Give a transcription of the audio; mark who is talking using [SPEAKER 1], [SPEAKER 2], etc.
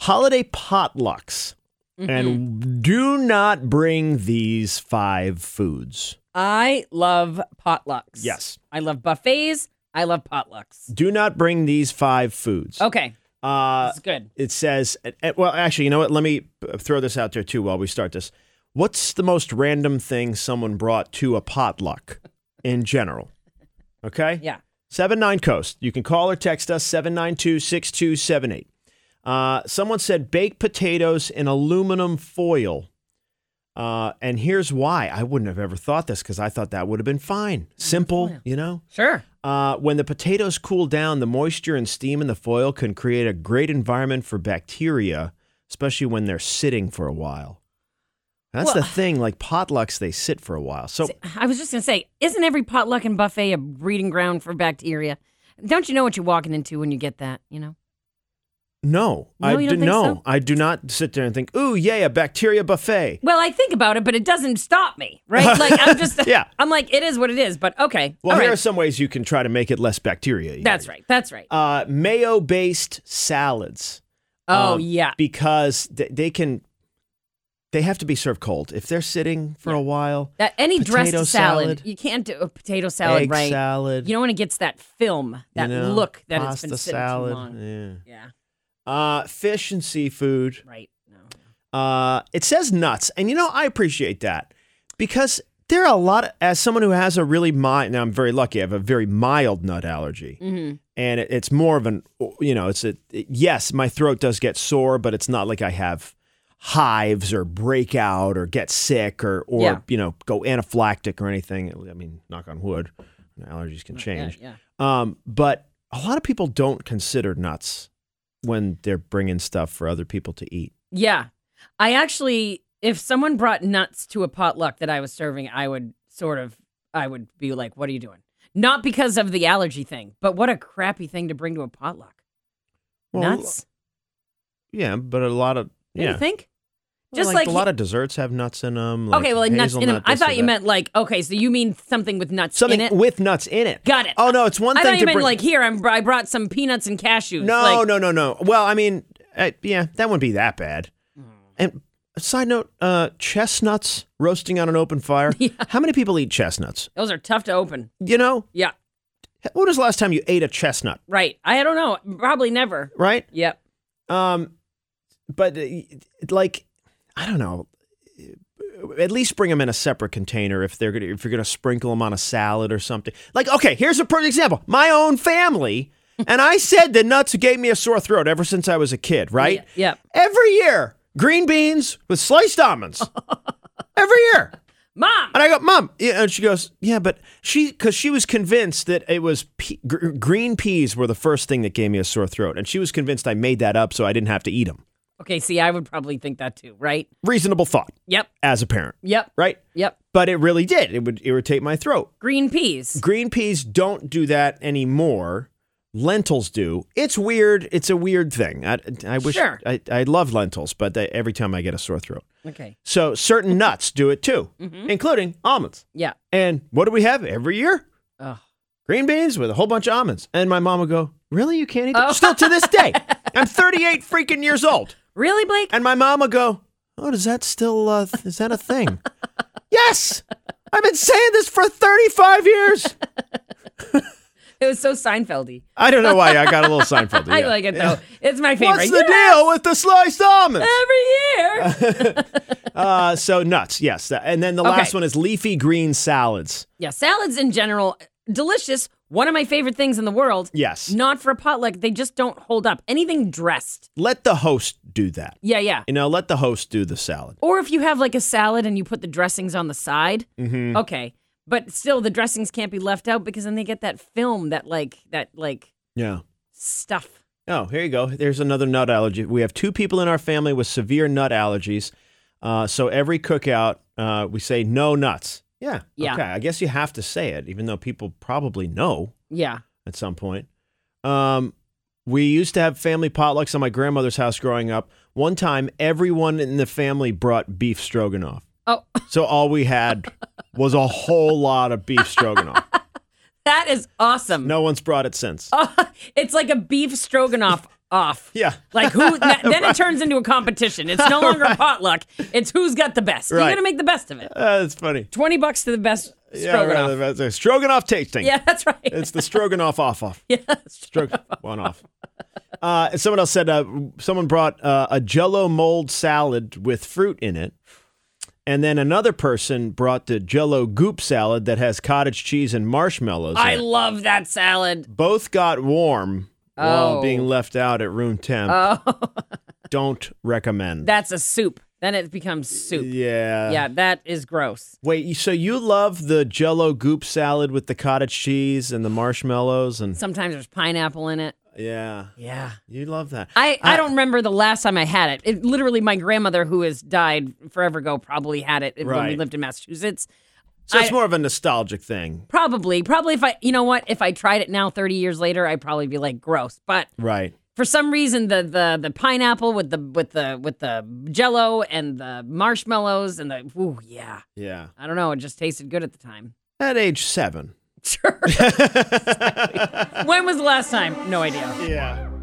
[SPEAKER 1] holiday potlucks. And do not bring these five foods.
[SPEAKER 2] I love potlucks.
[SPEAKER 1] Yes.
[SPEAKER 2] I love buffets. I love potlucks.
[SPEAKER 1] Do not bring these five foods.
[SPEAKER 2] Okay.
[SPEAKER 1] Uh,
[SPEAKER 2] That's good.
[SPEAKER 1] it says, uh, uh, well, actually, you know what? Let me uh, throw this out there too while we start this. What's the most random thing someone brought to a potluck in general? Okay?
[SPEAKER 2] Yeah.
[SPEAKER 1] 79 Coast. You can call or text us 792 6278. Uh, Someone said baked potatoes in aluminum foil. Uh, and here's why. I wouldn't have ever thought this because I thought that would have been fine. Simple, you know?
[SPEAKER 2] Sure.
[SPEAKER 1] Uh, when the potatoes cool down, the moisture and steam in the foil can create a great environment for bacteria, especially when they're sitting for a while. That's the
[SPEAKER 2] Well-
[SPEAKER 1] thing. Like potlucks, they sit for a while. So
[SPEAKER 2] I was just going to say, isn't every potluck and buffet a breeding ground for bacteria? Don't you know what you're walking into when you get that, you know?
[SPEAKER 1] no, I
[SPEAKER 2] No, you don't
[SPEAKER 1] do
[SPEAKER 2] think
[SPEAKER 1] no,
[SPEAKER 2] so?
[SPEAKER 1] I do not sit there and think, "Ooh, yay, a bacteria buffet."
[SPEAKER 2] Well, I think about it, but it doesn't stop me, right? Like, I'm just,
[SPEAKER 1] Yeah.
[SPEAKER 2] I'm like, it is what it is, but okay.
[SPEAKER 1] Well,
[SPEAKER 2] All
[SPEAKER 1] here
[SPEAKER 2] right.
[SPEAKER 1] are some ways you can try to make it less bacteria.
[SPEAKER 2] That's right. That's right.
[SPEAKER 1] Uh, mayo-based salads.
[SPEAKER 2] oh,
[SPEAKER 1] um,
[SPEAKER 2] yeah.
[SPEAKER 1] because they, they can. They have to be served cold. If they're sitting for a while,
[SPEAKER 2] That, any dressed
[SPEAKER 1] potato
[SPEAKER 2] salad,
[SPEAKER 1] salad.
[SPEAKER 2] you can't do a potato salad,
[SPEAKER 1] egg
[SPEAKER 2] right?
[SPEAKER 1] salad.
[SPEAKER 2] You don't want to get that film, that
[SPEAKER 1] you know,
[SPEAKER 2] look that it's
[SPEAKER 1] pasta
[SPEAKER 2] been sitting
[SPEAKER 1] salad.
[SPEAKER 2] too long.
[SPEAKER 1] Yeah.
[SPEAKER 2] Yeah.
[SPEAKER 1] Uh, fish and seafood.
[SPEAKER 2] Right. No.
[SPEAKER 1] Uh, it says nuts, and you know I appreciate that because there are a lot. Of, as someone who has a really mild, now I'm very lucky. I have a very mild nut allergy, and it, it's more of an you know, it's a it- yes, my throat does get sore, but it's not like I have hives or break out or get sick or or
[SPEAKER 2] Yeah.
[SPEAKER 1] you know go anaphylactic or anything. I mean, knock on wood, allergies can
[SPEAKER 2] Yeah,
[SPEAKER 1] change.
[SPEAKER 2] yeah.
[SPEAKER 1] Um, but a lot of people don't consider nuts when they're bringing stuff for other people to eat.
[SPEAKER 2] Yeah. I actually, if someone brought nuts to a potluck that I was serving, I would sort of, I would be like, what are you doing? Not because of the allergy thing, but what a crappy thing to bring to a potluck. nuts?
[SPEAKER 1] Yeah, but a lot of
[SPEAKER 2] Don't
[SPEAKER 1] yeah,
[SPEAKER 2] you think?
[SPEAKER 1] Well,
[SPEAKER 2] Just
[SPEAKER 1] a
[SPEAKER 2] like-
[SPEAKER 1] lot of desserts have nuts in them.
[SPEAKER 2] okay, well, like nuts in them. I thought you meant like, okay, so you mean something with nuts
[SPEAKER 1] something
[SPEAKER 2] in it?
[SPEAKER 1] with nuts in it.
[SPEAKER 2] Got it.
[SPEAKER 1] Oh no, it's one
[SPEAKER 2] I
[SPEAKER 1] thing
[SPEAKER 2] thought
[SPEAKER 1] to
[SPEAKER 2] you meant
[SPEAKER 1] bring.
[SPEAKER 2] like, here, I'm, I brought some peanuts and cashews.
[SPEAKER 1] no,
[SPEAKER 2] like,
[SPEAKER 1] no, no, no. Well, I mean, uh, yeah, that wouldn't be that bad.
[SPEAKER 2] Mm.
[SPEAKER 1] And a side note, uh, chestnuts roasting on an open fire. How many people eat chestnuts?
[SPEAKER 2] Those are tough to open.
[SPEAKER 1] You know,
[SPEAKER 2] Yeah,
[SPEAKER 1] when was the last time you ate a chestnut?
[SPEAKER 2] right. I don't know. Probably never.
[SPEAKER 1] Right.
[SPEAKER 2] Yep.
[SPEAKER 1] Um, but uh, like, I don't know. At least bring them in a separate container if they're gonna if you're gonna sprinkle them on a salad or something. Like, okay, here's a perfect example. My own family, and I said the nuts gave me a sore throat ever since I was a kid. Right?
[SPEAKER 2] Yep. yep.
[SPEAKER 1] Every year, green beans with sliced almonds. Every year.
[SPEAKER 2] Mom.
[SPEAKER 1] And I go, Mom. Yeah, and she goes, Yeah, but she, because she was convinced that it was pe- gr- green peas were the first thing that gave me a sore throat. And she was convinced I made that up so I didn't have to eat them.
[SPEAKER 2] Okay, see, I would probably think that too, right?
[SPEAKER 1] Reasonable thought
[SPEAKER 2] Yep.
[SPEAKER 1] as a parent,
[SPEAKER 2] Yep.
[SPEAKER 1] right?
[SPEAKER 2] Yep.
[SPEAKER 1] But it really did. It would irritate my throat.
[SPEAKER 2] Green peas.
[SPEAKER 1] Green peas don't do that anymore. Lentils do. It's weird. It's a weird thing. I, I wish
[SPEAKER 2] Sure.
[SPEAKER 1] I, I love lentils, but they, every time I get a sore throat.
[SPEAKER 2] Okay.
[SPEAKER 1] So certain nuts do it too,
[SPEAKER 2] Mm-hmm.
[SPEAKER 1] including almonds.
[SPEAKER 2] Yeah.
[SPEAKER 1] And what do we have every year?
[SPEAKER 2] Ugh.
[SPEAKER 1] green beans with a whole bunch of almonds. And my mom would go, Really? You can't eat that?
[SPEAKER 2] Oh.
[SPEAKER 1] Still to this day. I'm 38 freaking years old.
[SPEAKER 2] Really, Blake?
[SPEAKER 1] And my mom would go, Oh, does that still, uh, th- is that a thing? yes. I've been saying this for 35 years.
[SPEAKER 2] It was so Seinfeldy.
[SPEAKER 1] I don't know why I got a little Seinfeld.
[SPEAKER 2] I like it though. It's my favorite.
[SPEAKER 1] What's the deal with the sliced almonds?
[SPEAKER 2] Every year.
[SPEAKER 1] Uh, so nuts, yes. And then the
[SPEAKER 2] Okay.
[SPEAKER 1] last one is leafy green salads.
[SPEAKER 2] yeah, salads in general, delicious. One of my favorite things in the world.
[SPEAKER 1] Yes.
[SPEAKER 2] Not for a potluck. They just don't hold up. Anything dressed.
[SPEAKER 1] Let the host do that.
[SPEAKER 2] Yeah, yeah.
[SPEAKER 1] You know, let the host do the salad.
[SPEAKER 2] Or if you have like a salad and you put the dressings on the side. Mm-hmm. Okay. But still the dressings can't be left out because then they get that film, that like that like
[SPEAKER 1] Yeah.
[SPEAKER 2] stuff.
[SPEAKER 1] Oh, here you go. There's another nut allergy. We have two people in our family with severe nut allergies. Uh, so every cookout, uh, we say no nuts. Yeah.
[SPEAKER 2] Yeah.
[SPEAKER 1] Okay. I guess you have to say it, even though people probably know
[SPEAKER 2] Yeah.
[SPEAKER 1] at some point. Um, we used to have family potlucks at my grandmother's house growing up. One time, everyone in the family brought beef stroganoff.
[SPEAKER 2] Oh,
[SPEAKER 1] So all we had was a whole lot of beef stroganoff.
[SPEAKER 2] that is awesome. Oh.
[SPEAKER 1] No one's brought it since.
[SPEAKER 2] it's like a beef stroganoff off.
[SPEAKER 1] Yeah.
[SPEAKER 2] Like who? th- then it turns into a competition. It's no longer a potluck. It's who's got the best. You
[SPEAKER 1] Right.
[SPEAKER 2] gotta make the best of it.
[SPEAKER 1] Uh, that's funny.
[SPEAKER 2] Twenty bucks to the best
[SPEAKER 1] Yeah,
[SPEAKER 2] stroganoff.
[SPEAKER 1] right, that's a Stroganoff tasting.
[SPEAKER 2] Yeah, that's right.
[SPEAKER 1] It's the Stroganoff off off.
[SPEAKER 2] yeah, that's true.
[SPEAKER 1] Strog- one off. Uh, and someone else said uh, someone brought uh, a Jello mold salad with fruit in it, and then another person brought the Jello goop salad that has cottage cheese and marshmallows.
[SPEAKER 2] I
[SPEAKER 1] in it.
[SPEAKER 2] love that salad.
[SPEAKER 1] Both got warm while
[SPEAKER 2] Oh.
[SPEAKER 1] being left out at room temp.
[SPEAKER 2] Oh,
[SPEAKER 1] Don't recommend.
[SPEAKER 2] that's a soup. Then it becomes soup.
[SPEAKER 1] yeah.
[SPEAKER 2] Yeah, that is gross.
[SPEAKER 1] Wait. you- So you love the Jello goop salad with the cottage cheese and the marshmallows and
[SPEAKER 2] Sometimes there's pineapple in it.
[SPEAKER 1] yeah,
[SPEAKER 2] Yeah.
[SPEAKER 1] you love that.
[SPEAKER 2] I,
[SPEAKER 1] Uh,
[SPEAKER 2] I don't remember the last time I had it. It literally my grandmother who has died forever ago probably had it when we
[SPEAKER 1] Right.
[SPEAKER 2] lived in Massachusetts.
[SPEAKER 1] so it's
[SPEAKER 2] I-
[SPEAKER 1] more of a nostalgic thing,
[SPEAKER 2] Probably, probably if I, you know what, if I tried it now 30 years later, I'd probably be like gross. But
[SPEAKER 1] right?
[SPEAKER 2] for some reason the the the pineapple with the with the with the jello and the marshmallows and the ooh, yeah.
[SPEAKER 1] Yeah.
[SPEAKER 2] I don't know, it just tasted good at the time.
[SPEAKER 1] At age seven.
[SPEAKER 2] Sure. when was the last time? No idea.
[SPEAKER 1] Yeah.